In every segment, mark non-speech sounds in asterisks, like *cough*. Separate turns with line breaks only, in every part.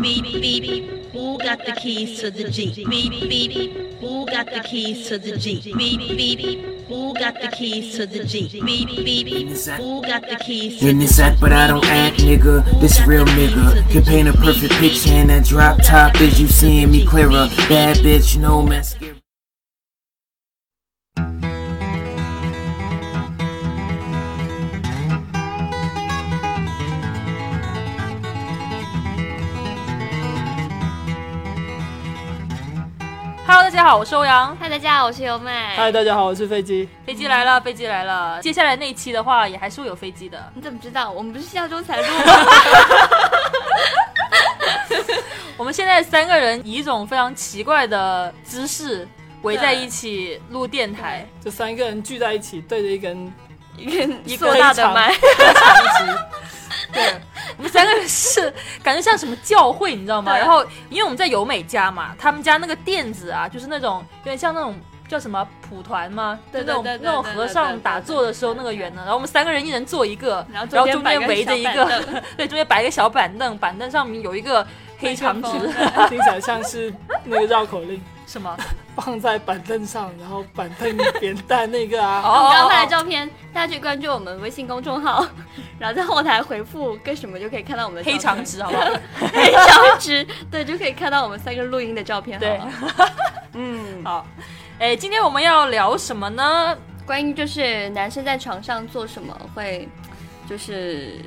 Beep beep, who got the keys to the Jeep? Beep beep, who got the keys to the Jeep? Beep beep, who got the keys to the Jeep? Beep beep, who got the keys?
In this act, but I don't act, nigga. This real nigga can paint a perfect picture, and that drop top is you seeing me clearer. Bad bitch, no mascara.
Hello，大家好，我是欧阳。
嗨，大家好，我是尤麦。
嗨，大家好，我是飞机。
飞机来了，飞机来了。接下来那一期的话，也还是会有飞机的。
你怎么知道？我们不是下周才录
*laughs*
吗？
我们现在三个人以一种非常奇怪的姿势围在一起录电台，
这三个人聚在一起，对着一根 *laughs*
一个
一
硕
个
大的麦，
我们三个人是感觉像什么教会，你知道吗？
对
然后因为我们在由美家嘛，他们家那个垫子啊，就是那种有点像那种。叫什么蒲团吗？就
对
那种
对对对
那种
对
和
对
尚
对
打
对
坐的时候那个圆的，然后我们三个人一人坐一个，
然后中
然后
间
中
摆
间
个
围
小
着一
板
个
凳，
*laughs* 对，中间摆一个小板凳，板凳上面有一个黑长直
麦克风
听起来像是那个绕口令，
什
*laughs*
么？
放在板凳上，然后板凳扁担那个啊。
我
哦
们刚
哦
拍
哦
的照片，大家去关注我们微信公众号， *laughs* 然后在后台回复跟什么就可以看到我们的
黑
照
长
片
哦
直，好不好？
黑 *laughs*
*laughs*
长直，对，就可以看到我们三个录音的照片。
对 *laughs*
好了，嗯，
好，哎，今天我们要聊什么呢？
关于就是男生在床上做什么会，就是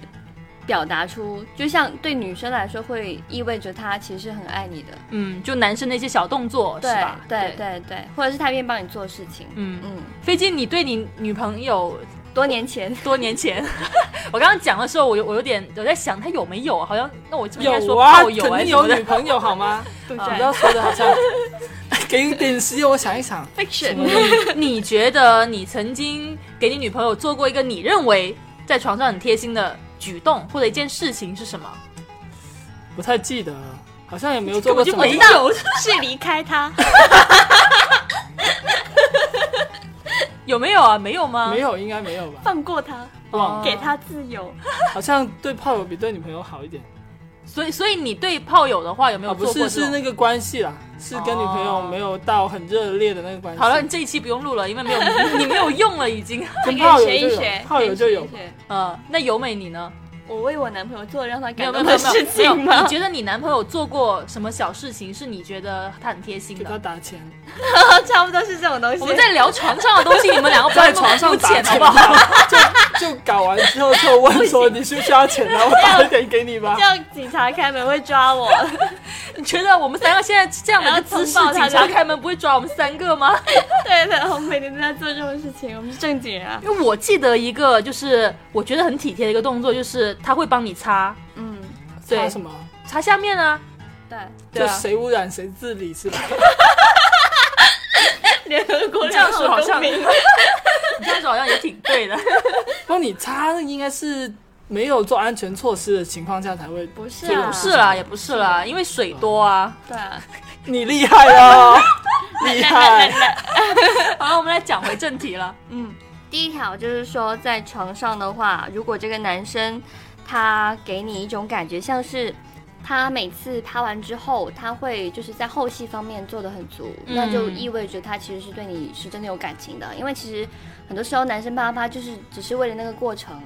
表达出，就像对女生来说会意味着他其实很爱你的，
嗯，就男生的一些小动作，是
对
吧？
对对对，或者是他愿意帮你做事情。
嗯，
嗯，
飞机，你对你女朋友
多年 *laughs* 前。
多年前， *laughs* 我刚刚讲的时候，我有我有点有在想，她有没有啊？好像那我是不是应该
有
说
啊，
炮
肯
友啊
定
什么
有女
的。
朋友好
*laughs*
吗？
对
你不要说的好像 *laughs* 给你点时间，我想一想。
fiction，
*laughs* 你觉得你曾经给你女朋友做过一个你认为在床上很贴心的举动或者一件事情是什么？
不太记得了，好像也没有做
根
过
本
什
就
么
没。有，
*laughs*
*laughs*
是离开他， *laughs*
有没有啊？没有吗？
*laughs* 没有，应该没有吧？
放过他，
忘
哦
了，
给他自由。
好像对炮友比对女朋友好一点。
所以，所以你对炮友的话有没
啊，
有
不
做过
是，
这种？
是那个关系啦，是跟女朋友没有到很热烈的那个关系。
哦好了，你这一期不用录了，因为没有 *laughs* 你没有用了已经。 *laughs*
跟
可
炮
以
友
学
就
一
有
学，，
炮友就有
可以。学一学。
呃，那由美你呢？
我为我男朋友做让他
没有
感
没
动
有没
的
有没
事
有没有
情
你
吗？ *laughs*
觉得你男朋友做过什么小事情是你觉得他很贴心 *laughs*
给他
的？
打钱，
差不多是这种东西。
我们在聊床上的东西，你们两个不要
*laughs* 在
那么
床上
肤
打
浅好
钱
不 *laughs* 好？
就就搞完之后就问说你需不需要钱啊？我打一点给你吧
这。样警察开门会抓我，
你觉得我们三个现在这样的一个姿势，
然后通报他
警
的
察开门不会抓我们三个吗？
*laughs* 对 *laughs* 的，我们每天都在做这种事情，我们是正经人啊。
*laughs* 因为我记得一个，就是我觉得很体贴的一个动作，就是他会帮你擦
嗯，
对
擦什么？
擦下面啊，
对，
对
就
啊。
谁污染谁治理
*laughs*
是吧？
*laughs* 联合国
这样说好像，*laughs*
公
*laughs* 你
民
这样说好像也挺对的。
帮你擦应该是没有做安全措施的情况下才会。
不是
这
啊，
种
是啦，也不是啦，因为水多
*laughs*
啊。
对啊，
你厉害
*laughs*
哦，厉害！
好了，我们来讲回正题
*laughs*
了。
嗯，第一条就是说，在床上的话，如果这个男生他给你一种感觉，像是他每次趴完之后，他会就是在后戏方面做的很足，
嗯
那就意味着他其实是对你是真的有感情的。因为其实很多时候男生啪啪啪就是只是为了那个过程，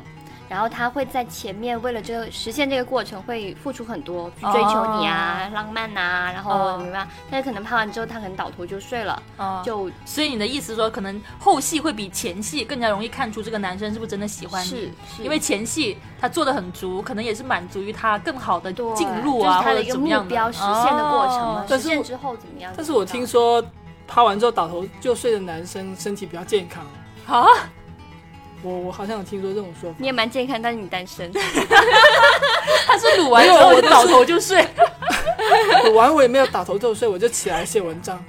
然后他会在前面为了这个实现这个过程会付出很多，去追求你啊、浪漫呐、然后
哦
怎么样？但是可能趴完之后他可能倒头就睡了，
啊，
就
所以你的意思说，可能后戏会比前戏更加容易看出这个男生是不是真的喜欢你，
是是
因为前戏他做的很足，可能也是满足于他更好的
对
进入啊，
就是他
或
的
者
一个
怎
目
么样的
标实现的过程嘛，
哦
但
实
是
现之后怎么样？
但是我听说趴完之后倒头就睡的男生身体比较健康，
啊，
我我好像有听说这种说法。
你也蛮健康，但是你单
*laughs*
身，
他啊是
*laughs*
撸完之后
没有我
就倒头就睡，
我玩我也没有倒头就睡，我就起来写文章，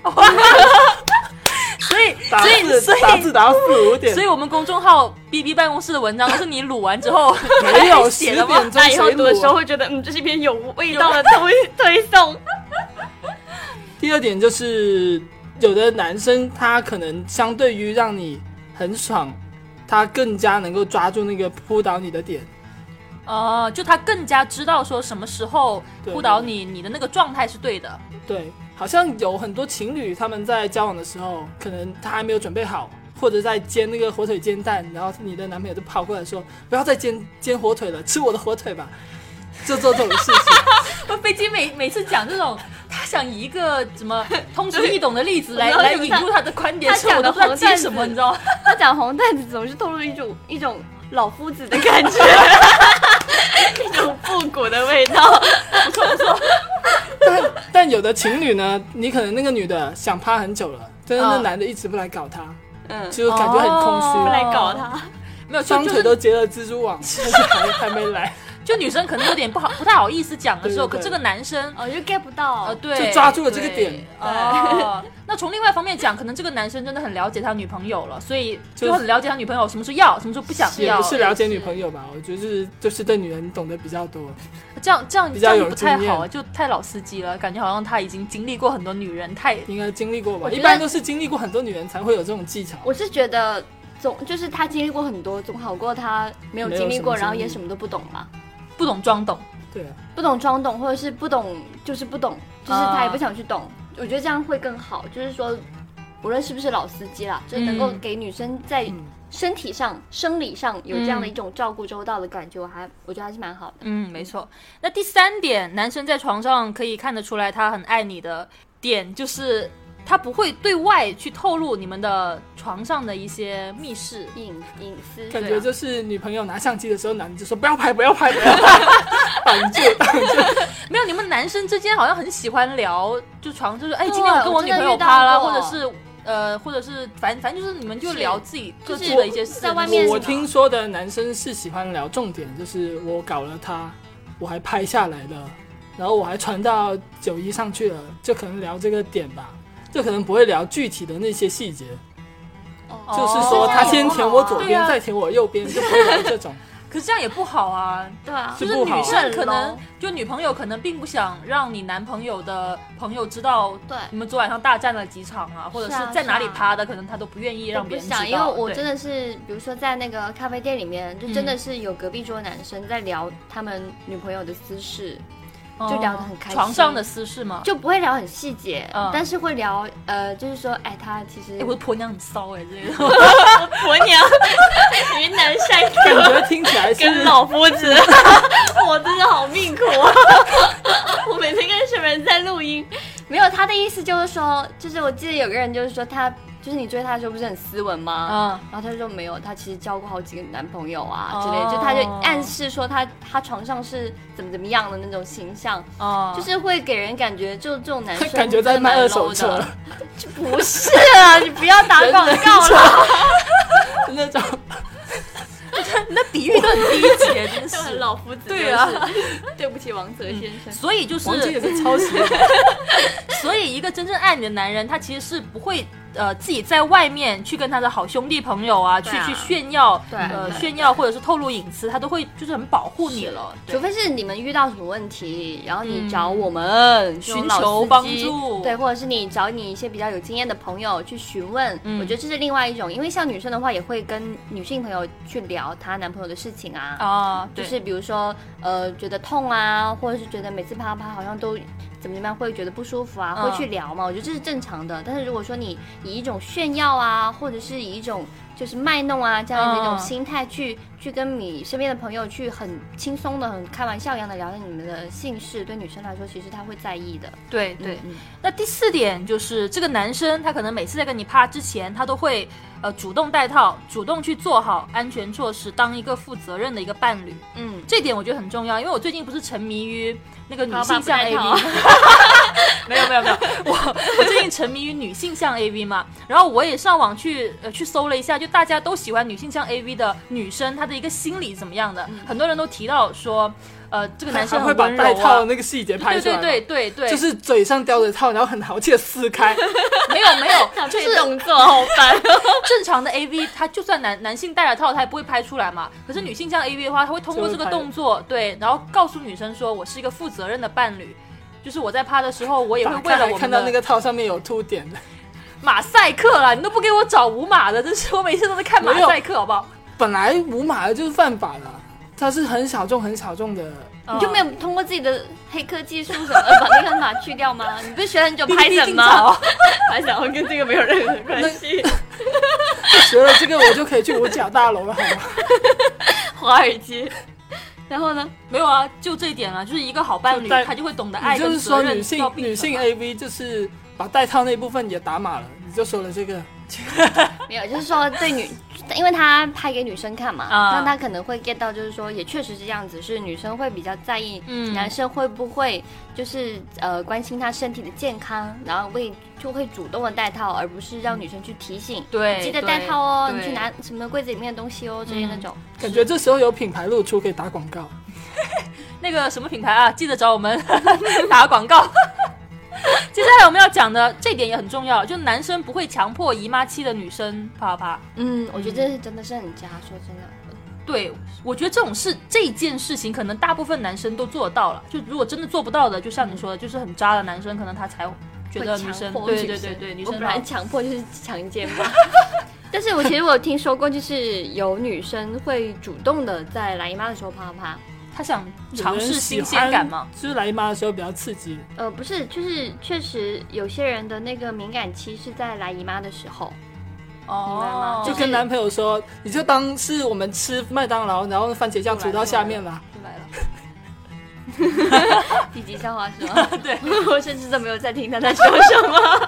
*laughs* 所以
打
哦所以
字
所
打
以
字打到四五点
所以，我们公众号 B B 办公室的文章都是你撸完之
*laughs*
后
没有十
写了吗
点钟谁
读的时候
录啊？
会觉得，嗯，这是一篇有味道的推推送。
第二点就是，有的男生他可能相对于让你很爽，他更加能够抓住那个扑倒你的点。
哦，就他更加知道说什么时候
对
扑倒你，你的那个状态是对的。
对，好像有很多情侣他们在交往的时候，可能他还没有准备好，或者在煎那个火腿煎蛋，然后你的男朋友就跑过来说：“不要再煎煎火腿了，吃我的火腿吧。” *laughs* 就做这种事情，
不， *laughs* 飞机每每次讲这种，他想以一个什么通俗易懂的例
*laughs*
子来
我知道
来
就是
引
他
入他的观点，
他
所以我
讲
都
的
不知道
黄
接
段
什么，
子
你知道吗？
*laughs* 他讲红袋子总是透露一种一种老夫子的感觉， *laughs* 一种复古的味道。
但但有的情侣呢，你可能那个女的想趴很久了，但是那
嗯
男的一直不来搞她，
嗯，
就感觉很空虚，
哦
来搞他。
没有，就
双
就
腿
是
都结了蜘蛛网，但是还还没来，
就女生可能有点不好，不太好意思讲的时候，
对对对
可这个男生，
哦，就 get 不到
呃，。对，
就抓住了这个点
对。哦， *laughs* 那从另外一方面讲，可能这个男生真的很了解他女朋友了，所以
就
就很了解他女朋友什么时候要，什么时候不想
也
要
不，是了解女朋友吧？我觉得就是就是对女人懂得比较多。
这样这样
比
这
较
样
有
也不太
经
好啊，
验
就太老司机了，感觉好像他已经经历过很多女人，太
应该经历过吧？
我觉
一
得
般都是经历过很多女人才会有这种技巧。
我是觉得总就是他经历过很多，总好过他没有
没有
经历
什么
过，
经
然后
历
也什么都不懂吧。
不懂装懂。
对啊，
不懂装懂，或者是不懂就是不懂，就是他也不想去懂。我觉得这样会更好，就是说，无论是不是老司机啦，就是能够
嗯
给女生在
嗯
身体上、生理上有这样的一种照顾周到的感觉，我还我觉得还是蛮好的。
嗯，没错。那第三点，男生在床上可以看得出来他很爱你的点，就是他不会对外去透露你们的床上的一些密室。
隐隐私，
感
对
觉
啊
就是女朋友拿相机的时候，男的就说不要拍，不要拍，不要拍，挡住，挡住。
没有，你们男生之间好像很喜欢聊，就床就是哎，
对
今天我跟
我
女
真的
朋友
遇到
趴啦，
过
或者是呃，或者是反反正就是你们就是聊自己各
就是
自的一些事，
在外面
我我听说的男生是喜欢聊重点，就是我搞了他，我还拍下来了，然后我还传到九一上去了，就可能聊这个点吧，就可能不会聊具体的那些细节，
哦，
就是
哦
说他
这样也
先舔
不好
我
啊
左
对
边，
啊
再舔我右边，就不会聊这种。 *laughs*
可是这样也不好啊。
对啊，
就是
不好
女生可能
很冷
就女朋友可能并不想让你男朋友的朋友知道
对
你们昨晚上大战了几场啊，或者
是
是
啊
在哪里
是啊
趴的，可能他都不愿意
我
让
不
别人
想，
知
因为
道。
我真
的
的是，比如说在那个咖啡店里面，就真的是有隔壁桌男生在聊他们女朋友的私事，就聊得很开
嗯
心
床上的私事嘛，
就不会聊很细节，
嗯
但是会聊呃，就是说，哎，他其实
哎，我的婆娘很骚哎，这
*laughs*
个
婆娘，云南山
感觉听起来是
跟老夫子，我真的好命苦
*laughs*
啊！我每天跟什么人在录音？
没有，他的意思就是说，就是我记得有个人就是说他，就是你追他的时候不是很斯文吗？
*laughs* 嗯
然后他就说没有，他其实交过好几个男朋友啊、
哦
之类的，就他就暗示说他他床上是怎么怎么样的那种形象，
哦，
就是会给人感觉就这种男生
*laughs* 感觉在卖二手
真的
车
蛮 low 的，不是啊，你不要打广告了，
*laughs* 那种。
那比喻都很低级，哎真
*laughs* 就是很。老夫子，
对啊，嗯
对不起王泽先生，
所以就是
王晶也是抄袭，
所以，一个真正爱你的男人，他其实是不会呃自己在外面去跟他的好兄弟朋友啊，去
对啊
去炫耀，
对啊
呃
对
炫耀或者是透露隐私，他都会就是很保护你了，对
除非是你们遇到什么问题，然后
嗯
你找我们这种老
寻求
司机
帮助
对，或者是你找你一些比较有经验的朋友去询问。
嗯
我觉得这是另外一种，因为像女生的话，也会跟女性朋友去聊她男朋友的事情啊，
啊，
就
对
是比如说呃觉得痛啊，或者是觉得每次啪啪啪好像都。怎么怎么样会觉得不舒服啊？
嗯
会去聊嘛？我觉得这是正常的。但是如果说你以一种炫耀啊，或者是以一种就是卖弄啊这样的一
嗯
种心态去、去跟你身边的朋友去很轻松的、很开玩笑一样的聊你们的姓氏，对女生来说其实她会在意的。
对对
嗯嗯。
那第四点就是，这个男生他可能每次在跟你趴之前，他都会呃主动带套，主动去做好安全措施，当一个负责任的一个伴侣。
嗯，
这点我觉得很重要，因为我最近不是沉迷于那个女
好吧
性向
不带
AV
套 *laughs*
吗。没有没有没有，我我最近沉迷于女性向 AV 嘛，然后我也上网去呃去搜了一下，就大家都喜欢女性向 AV 的女生，她的一个心理怎么样
嗯
的，很多人都提到说，呃，这个男生
还会
很
把
温柔
带套
啊
的，那个细节拍
对
出
对
来吗，
对对对，
就是嘴上叼着套，然后很豪气的撕开，
没有没
*laughs*
有，
就是动作好烦。
*laughs* 正常的 AV，它就算男男性戴了套，他也不会拍出来嘛。可是女性像 AV 的
嗯
话，他会通过这个动作，对，然后告诉女生说我是一个负责任的伴侣，就是我在趴的时候，我也会
打
为
开
了我
来
们
看到
的
那个套上面有凸点的，
马赛克啦，你都不给我找无码的，真是我每次都在看马赛克，好不好？
本来无码的就是犯法的，它是很小众、很小
*laughs*
众的。
哦
你就没有通过自己的黑科技术什么的把那个码去掉吗？你不是学很
*laughs*
久 Python 吗？Python 跟这个没有任何关系。
学了这个，我就可以去五角大楼了，好吗？
华尔街，然后呢？
没有啊，就这一点啊，就是一个好伴侣
就带，
他就会懂得爱
你就
跟
是
责
说
任
女性
要并
女
存啊
性
嘛
AV 就是把带套那部分也打码了，你就说了这个。
没有，就是说对女，因为他拍给女生看嘛，
啊
那他可能会 get 到，就是说也确实是这样子，是女生会比较在意，
嗯
男生会不会就是呃关心他身体的健康，然后为就会主动的戴套，而不是让女生去提醒，
对
你记得
对
戴套哦，
对嗯
你去拿什么柜子里面的东西哦，这些那种。
感觉这时候有品牌露出可以打广告，
那个什么品牌啊，记得找我们 *laughs* 打广告。 *laughs* 接下来我们要讲的这点也很重要，就男生不会强迫姨妈期的女生啪啪。
嗯，我觉得这是真的是很渣，说真的。
对，我觉得这种事这件事情，可能大部分男生都做得到了。就如果真的做不到的，就像你说的，就是很渣的男生，可能他才觉得
会强
女生
迫
对对对对，女
我
生
本来
好
强迫就是强奸
*laughs*
嘛。但是我其实我有听说过，就是有女生会主动的在来姨妈的时候啪啪啪，
他想
有
尝
人
试
喜
新鲜感
欢
嘛。
就是来姨妈的时候比较刺激，
呃，不是，就是确实有些人的那个敏感期是在来姨妈的时候，
哦，
就跟男朋友说，你就当是我们吃麦当劳，然后番茄酱煮到下面啦。
明白了。低级笑话是
*laughs*
吗？对， *laughs* 我甚至都没有在听他在说什么。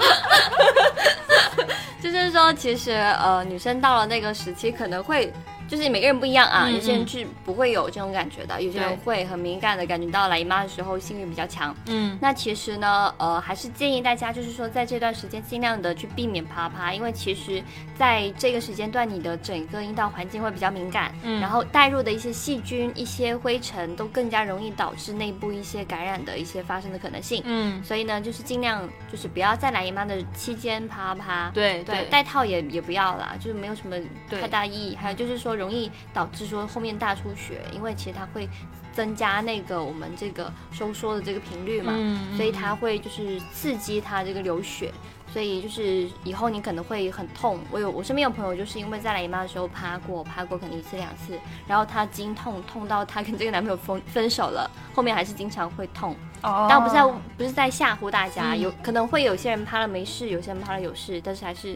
*laughs* 就是说，其实呃，女生到了那个时期，可能会就是每个人不一样啊，
嗯
有些人是不会有这种感觉的，有些人
对
会很敏感的感觉到来姨妈的时候性欲比较强。
嗯，
那其实呢，呃，还是建议大家就是说，在这段时间尽量的去避免啪啪，因为其实在这个时间段，你的整个阴道环境会比较敏感，
嗯
然后带入的一些细菌、一些灰尘都更加容易导致内部一些感染的一些发生的可能性。
嗯，
所以呢，就是尽量就是不要在来姨妈的期间啪啪。
对
对，戴套也也不要啦，就是没有什么
对嗯
太大意义。还有就是说，容易导致说后面大出血，因为其实它会增加那个我们这个收缩的这个频率嘛，
嗯嗯
所以它会就是刺激它这个流血，所以就是以后你可能会很痛。我有我身边有朋友就是因为在来姨妈的时候趴过，趴过可能一次两次，然后她经痛痛到她跟这个男朋友分分手了，后面还是经常会痛。
哦
但我不是在不是在吓唬大家，
嗯
有可能会有些人趴了没事，有些人趴了有事，但是还是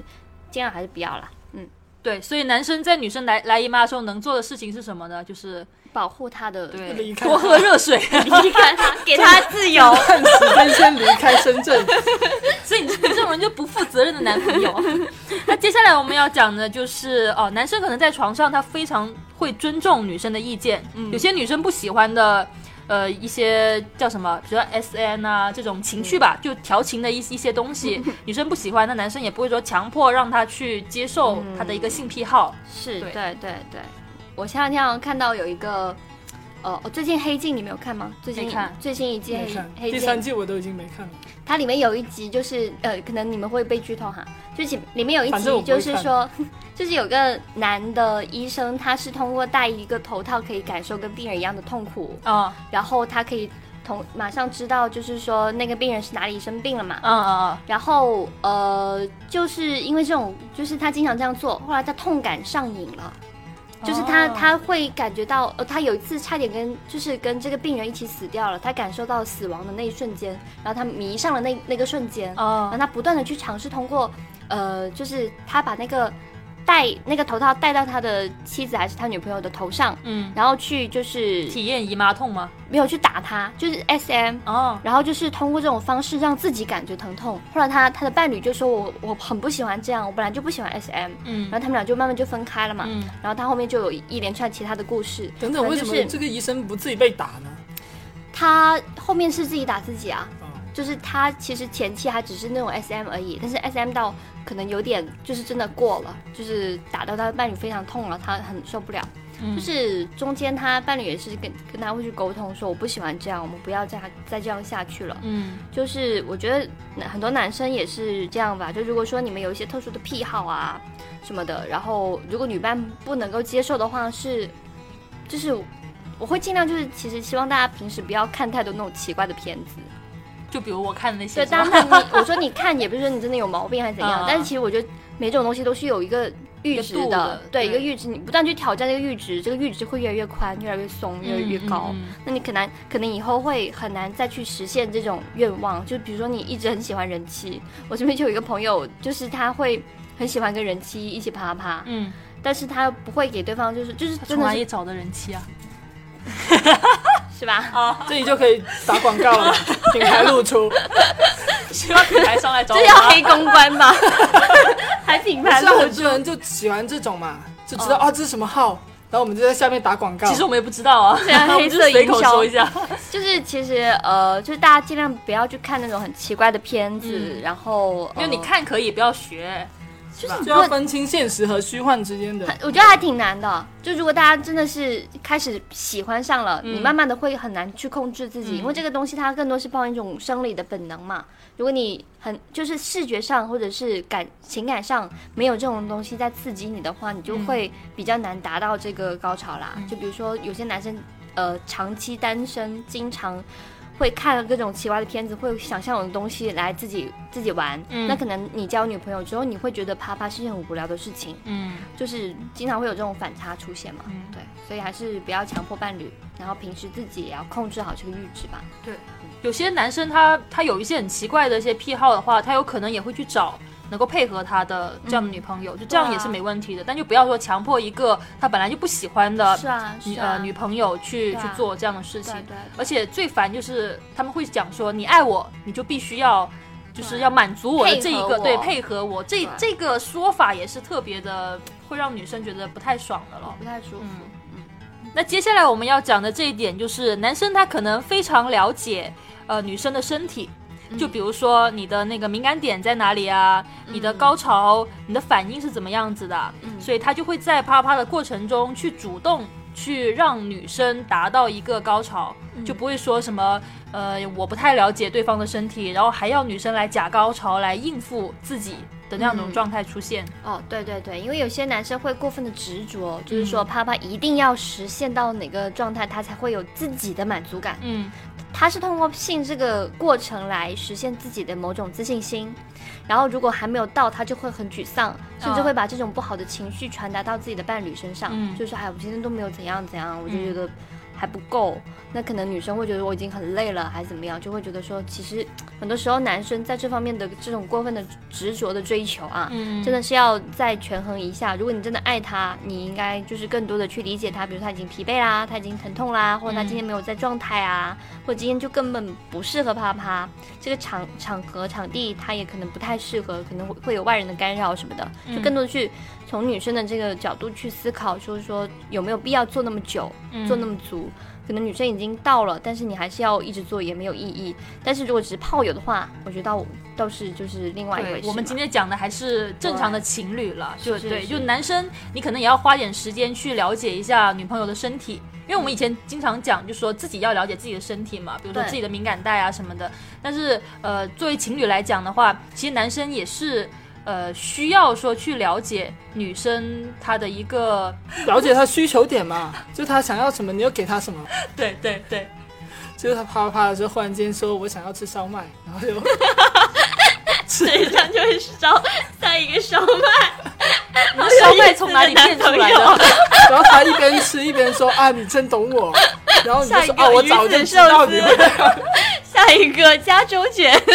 尽量还是不要啦，嗯，
对，所以男生在女生来来姨妈的时候能做的事情是什么呢？就是
保护他的，
离
*laughs*
*laughs*
对
开
多喝热水。
离开他，啊给他自
*laughs*
由。
看时间先离开深
*laughs*
圳，
所以你这种人就不负责任的男朋友。 *laughs* 那接下来我们要讲的就是哦，男生可能在床上他非常会尊重女生的意见，有些女生不喜欢的。呃，一些叫什么，比如说 S N 啊这种情趣吧，就调情的一一些东 *laughs* 西，女生不喜欢，那男生也不会说强迫让她去接受她的一个性癖好。
是
对
对对对，我前两天好像看到有一个，呃，我最近《黑镜》你没有看吗？最近
没看
最新一季
没
黑
看
黑
第
镜
三季我都已经没看了。
它里面有一集就是呃，可能你们会被剧透哈，就是里面有一
反正我
集
不会
就是说， *laughs* 就是有个男的医生，他是通过戴一个头套可以感受跟病人一样的痛苦，
啊
然后他可以同马上知道就是说那个病人是哪里生病了嘛。
啊啊！
然后呃，就是因为这种，就是他经常这样做，后来他痛感上瘾了。就是他，
哦
他会感觉到，呃，他有一次差点跟，就是跟这个病人一起死掉了，他感受到死亡的那一瞬间，然后他迷上了那那个瞬间，然后
啊
他不断的去尝试通过，呃，就是他把那个戴那个头套戴到他的妻子还是他女朋友的头上，
嗯，
然后去就是
体验姨妈痛吗？
没有去打他，就是 S M，
哦，
然后就是通过这种方式让自己感觉疼痛。后来他他的伴侣就说我我很不喜欢这样，我本来就不喜欢 S M，
嗯
然后他们俩就慢慢就分开了嘛。
嗯，
然后他后面就有一连串其他的故事。
等等，
反
为
正
什
就
么
是
这个医生不自己被打呢？
他后面是自己打自己啊？
哦
就是他其实前期还只是那种 S M 而已，但是 S M 到可能有点就是真的过了，就是打到他的伴侣非常痛了，他很受不了。
嗯
就是中间他伴侣也是跟跟他会去沟通说我不喜欢这样，我们不要再再这样下去了。
嗯
就是我觉得男很多男生也是这样吧，就如果说你们有一些特殊的癖好啊什么的，然后如果女伴不能够接受的话，是就是我会尽量就是其实希望大家平时不要看太多那种奇怪的片子。
就比如我看的那些
*laughs* 对，
是吧，
当然你我说你看也不是说你真的有毛病还是怎样，
啊
但是其实我觉得每种东西都是有一个阈
个
值
度
的
的，
对一个
对
阈值，你不断去挑战这个阈值，这个阈值会越来越宽，越来越松，越来越
嗯嗯
高。
嗯
那你可能可能以后会很难再去实现这种愿望。就比如说你一直很喜欢人妻，我身边就有一个朋友，就是他会很喜欢跟人妻一起啪啪啪，
嗯，
但是他不会给对方就是就是
他
真
从
的
哪
是
里啊找的人妻啊？
是吧？
哦
这里就可以打广告
*laughs*
了，品牌露出。
*laughs* 希望品牌商来找我啊
这要黑公关
*laughs*
吧？还品牌
现在
露
很
出
多人就喜欢这种嘛，就知道啊这是什么号，然后我们就在下面打广告。
其实我们也不知道啊，
对啊
我
黑
们就
色
随
营
口
销
说一下。
就是其实呃，就是大家尽量不要去看那种很奇怪的片子，
嗯
然后
*laughs* 就你
呃
看可以，不要学。
就要分清现实和虚幻之间的。
我觉得还挺难的。就如果大家真的是开始喜欢上了，你慢慢的会很难去控制自己，因为这个东西它更多是抱一种生理的本能嘛。如果你很就是视觉上或者是感情感上没有这种东西在刺激你的话，你就会比较难达到这个高潮啦。就比如说有些男生，呃，长期单身，经常。会看各种奇怪的片子，会想象有东西来自己自己玩。
嗯
那可能你交女朋友之后，你会觉得啪啪是一件很无聊的事情。
嗯，
就是经常会有这种反差出现嘛，
嗯
对，所以还是不要强迫伴侣，然后平时自己也要控制好这个阈值吧。
有些男生他他有一些很奇怪的一些癖好的话，他有可能也会去找能够配合他的这样的女朋友，就这样也是没问题的。但就不要说强迫一个他本来就不喜欢的
是啊，
女、
是啊，
呃女朋友去、
对啊
去做这样的事
对
情。
对
而且最烦就是他们会讲说，你爱我，你就必须要。就是要满足我的这一个
配合我
对配合我这
对
这个说法也是特别的，会让女生觉得不太爽的了。
不太舒服。
嗯那接下来我们要讲的这一点就是，男生他可能非常了解呃女生的身体，就比如说你的那个敏感点在哪里啊，你的高潮、你的反应是怎么样子的，所以他就会在啪啪的过程中去主动。去让女生达到一个高潮，就不会说什么呃，我不太了解对方的身体，然后还要女生来假高潮来应付自己的那样种
嗯
状态出现。
哦，对对对，因为有些男生会过分的执着，就是
嗯
说啪啪一定要实现到哪个状态，他才会有自己的满足感。
嗯
他是通过性这个过程来实现自己的某种自信心，然后如果还没有到，他就会很沮丧，甚至会把这种不好的情绪传达到自己的伴侣身上，
嗯
就是说，哎，我今天都没有怎样怎样，我就觉得还不够。那可能女生会觉得我已经很累了，还是怎么样，就会觉得说，其实很多时候男生在这方面的这种过分的执着的追求啊，
嗯，
真的是要再权衡一下。如果你真的爱他，你应该就是更多的去理解他，比如他已经疲惫啦，他已经疼痛啦，或者他
嗯
今天没有在状态啊，或者今天就根本不适合啪啪。这个场场合、场地，他也可能不太适合，可能会会有外人的干扰什么的。
嗯
就更多的去从女生的这个角度去思考，就是说有没有必要做那么久，
嗯
做那么足。可能女生已经到了，但是你还是要一直做，也没有意义。但是如果只是炮友的话，我觉得倒倒是就是另外一回
对
事，嘛。
我们今天讲的还是正常的情侣了，就是对，
是
就男生你可能也要花点时间去了解一下女朋友的身体，因为我们以前经常讲，就说自己要了解自己的身体嘛，比如说
对
自己的敏感带啊什么的。但是呃，作为情侣来讲的话，其实男生也是。呃，需要说去了解女生她的一个，
了解他需求点嘛，就他想要什么，你就给他什么。
对对对，
就是他啪啪啪的时候，忽然间说我想要吃烧麦，然后就 *laughs*
嘴上就是烧塞一个烧麦，
*laughs* 那烧麦从哪里变出来的？
然后他一边吃一边说啊你真懂我，然后你就
下一
说
个
啊我早就知道你会。 *laughs*
下一个加州卷， *laughs*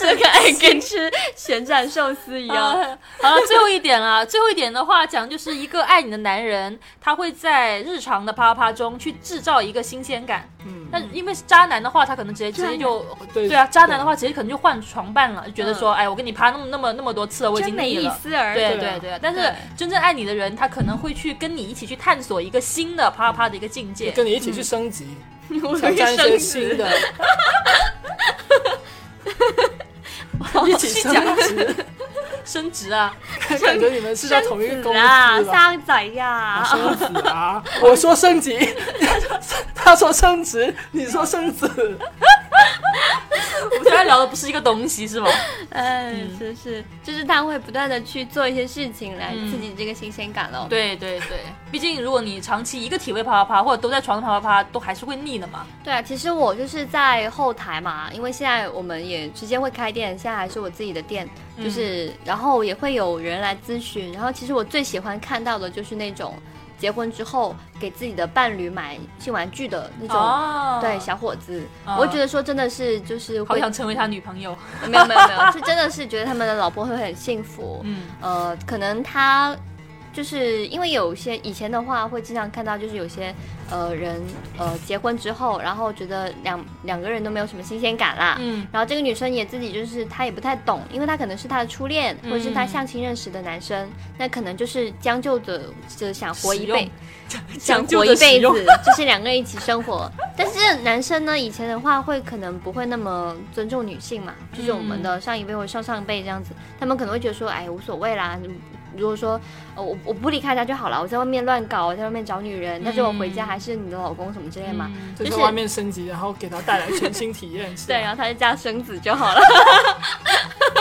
这
*laughs*
个爱跟吃旋转寿司一样。
啊好了，最后一点了，最后一点的话讲就是一个爱你的男人，他会在日常的啪啪啪中去制造一个新鲜感。嗯，但因为是渣男的话，他可能直接直接就。
对
对啊，渣男的话直接可能就换床伴了，就觉得说，哎，我跟你啪那么那么那么多次了，我
嗯
已
真
经
没
腻
意
了。
思儿，
对
对啊
对对，但是真正爱你的人，他可能会去跟你一起去探索一个新的啪啪啪的一个境界。
跟你一起去升级，
我
挑战一些
生死
新的，一
*laughs*
起升职，
升职啊，
感觉你们是在同一个公司
啦，
吧？
三仔呀，
生子啊！ *laughs* 我说升级，他说升职，你说升子，
我突然聊的不是一个东西，是吗？
嗯，是是，就是他会不断的去做一些事情来
嗯
刺激这个新鲜感咯。
对对对，毕竟如果你长期一个体位啪啪啪，或者都在床上啪啪啪，都还是会腻的嘛。
对啊，其实我就是在后台嘛，因为现在我们也之间会开店，现在还是我自己的店，
嗯
就是、然后也会有人来咨询，然后其实我最喜欢看到的就是那种结婚之后给自己的伴侣买性玩具的那种。
哦，
对小伙子，
哦
我会觉得说真的是就是
好
会，
想成为他女朋
*laughs*
友。
没有没有没有，是真的是觉得他们的老婆会很幸福，
嗯
呃，可能他就是因为有些以前的话会经常看到，就是有些呃人呃结婚之后，然后觉得两两个人都没有什么新鲜感啦。
嗯
然后这个女生也自己就是她也不太懂，因为她可能是她的初恋，或者是她
嗯
相亲认识的男生，那可能就是将就着就想活
使
一
用
*laughs* 辈，
讲
想
究
活
的
一
使
辈
用
子， *laughs* 就是两个人一起生活。但是男生呢，以前的话会可能不会那么尊重女性嘛，就是我们
嗯
的上一辈或上上辈这样子，他们可能会觉得说，哎，无所谓啦。如果说，呃，我我不离开他就好了，我在外面乱搞，我在外面找女人，但是我回家还是你的老公什么之类嘛。
嗯
就
就是是
外面升级，然后给他带来全新体验。是吧
对，
啊
然后他在家生子就好了。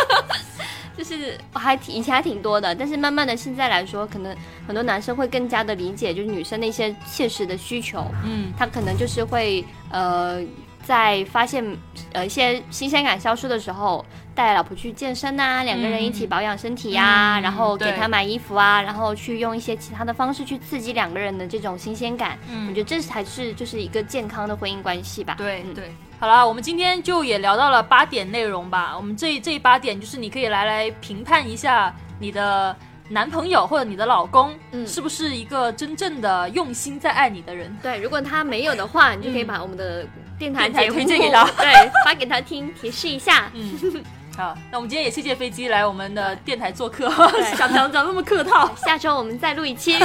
*laughs* 就是我还挺以前还挺多的，但是慢慢的现在来说，可能很多男生会更加的理解，就是女生的一些切实的需求。
嗯
他可能就是会呃，在发现呃一些新鲜感消失的时候，带老婆去健身呐、两个人一起保养身体呀、啊
嗯
然后
对
给她买衣服啊，然后去用一些其他的方式去刺激两个人的这种新鲜感。
嗯，
我觉得这才是就是一个健康的婚姻关系吧。
对
嗯
对。好啦，我们今天就也聊到了八点内容吧。我们这这八点就是你可以来来评判一下你的男朋友或者你的老公，
嗯
是不是一个真正的用心在爱你的人。
对，如果他没有的话，你就可以把我们的电台
电台
节目
推荐给他
*laughs* 对，发给他听，提示一下。 *laughs*
嗯，好，那我们今天也谢谢飞机来我们的电台做客，
对
*laughs* 想讲讲那么客套。
下周我们再录一期。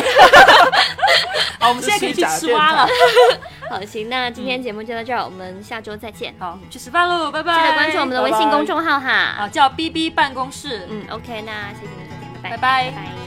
好，我们现在可以去吃蛙了。
*laughs* 好，行，那今天节目就到这儿，我们下周再见。
好，去吃饭喽，拜拜。
记得关注我们的微信公众号哈。嗯
啊，叫 B B 办公室。
嗯，OK，那谢谢你的收听，拜
拜拜
拜拜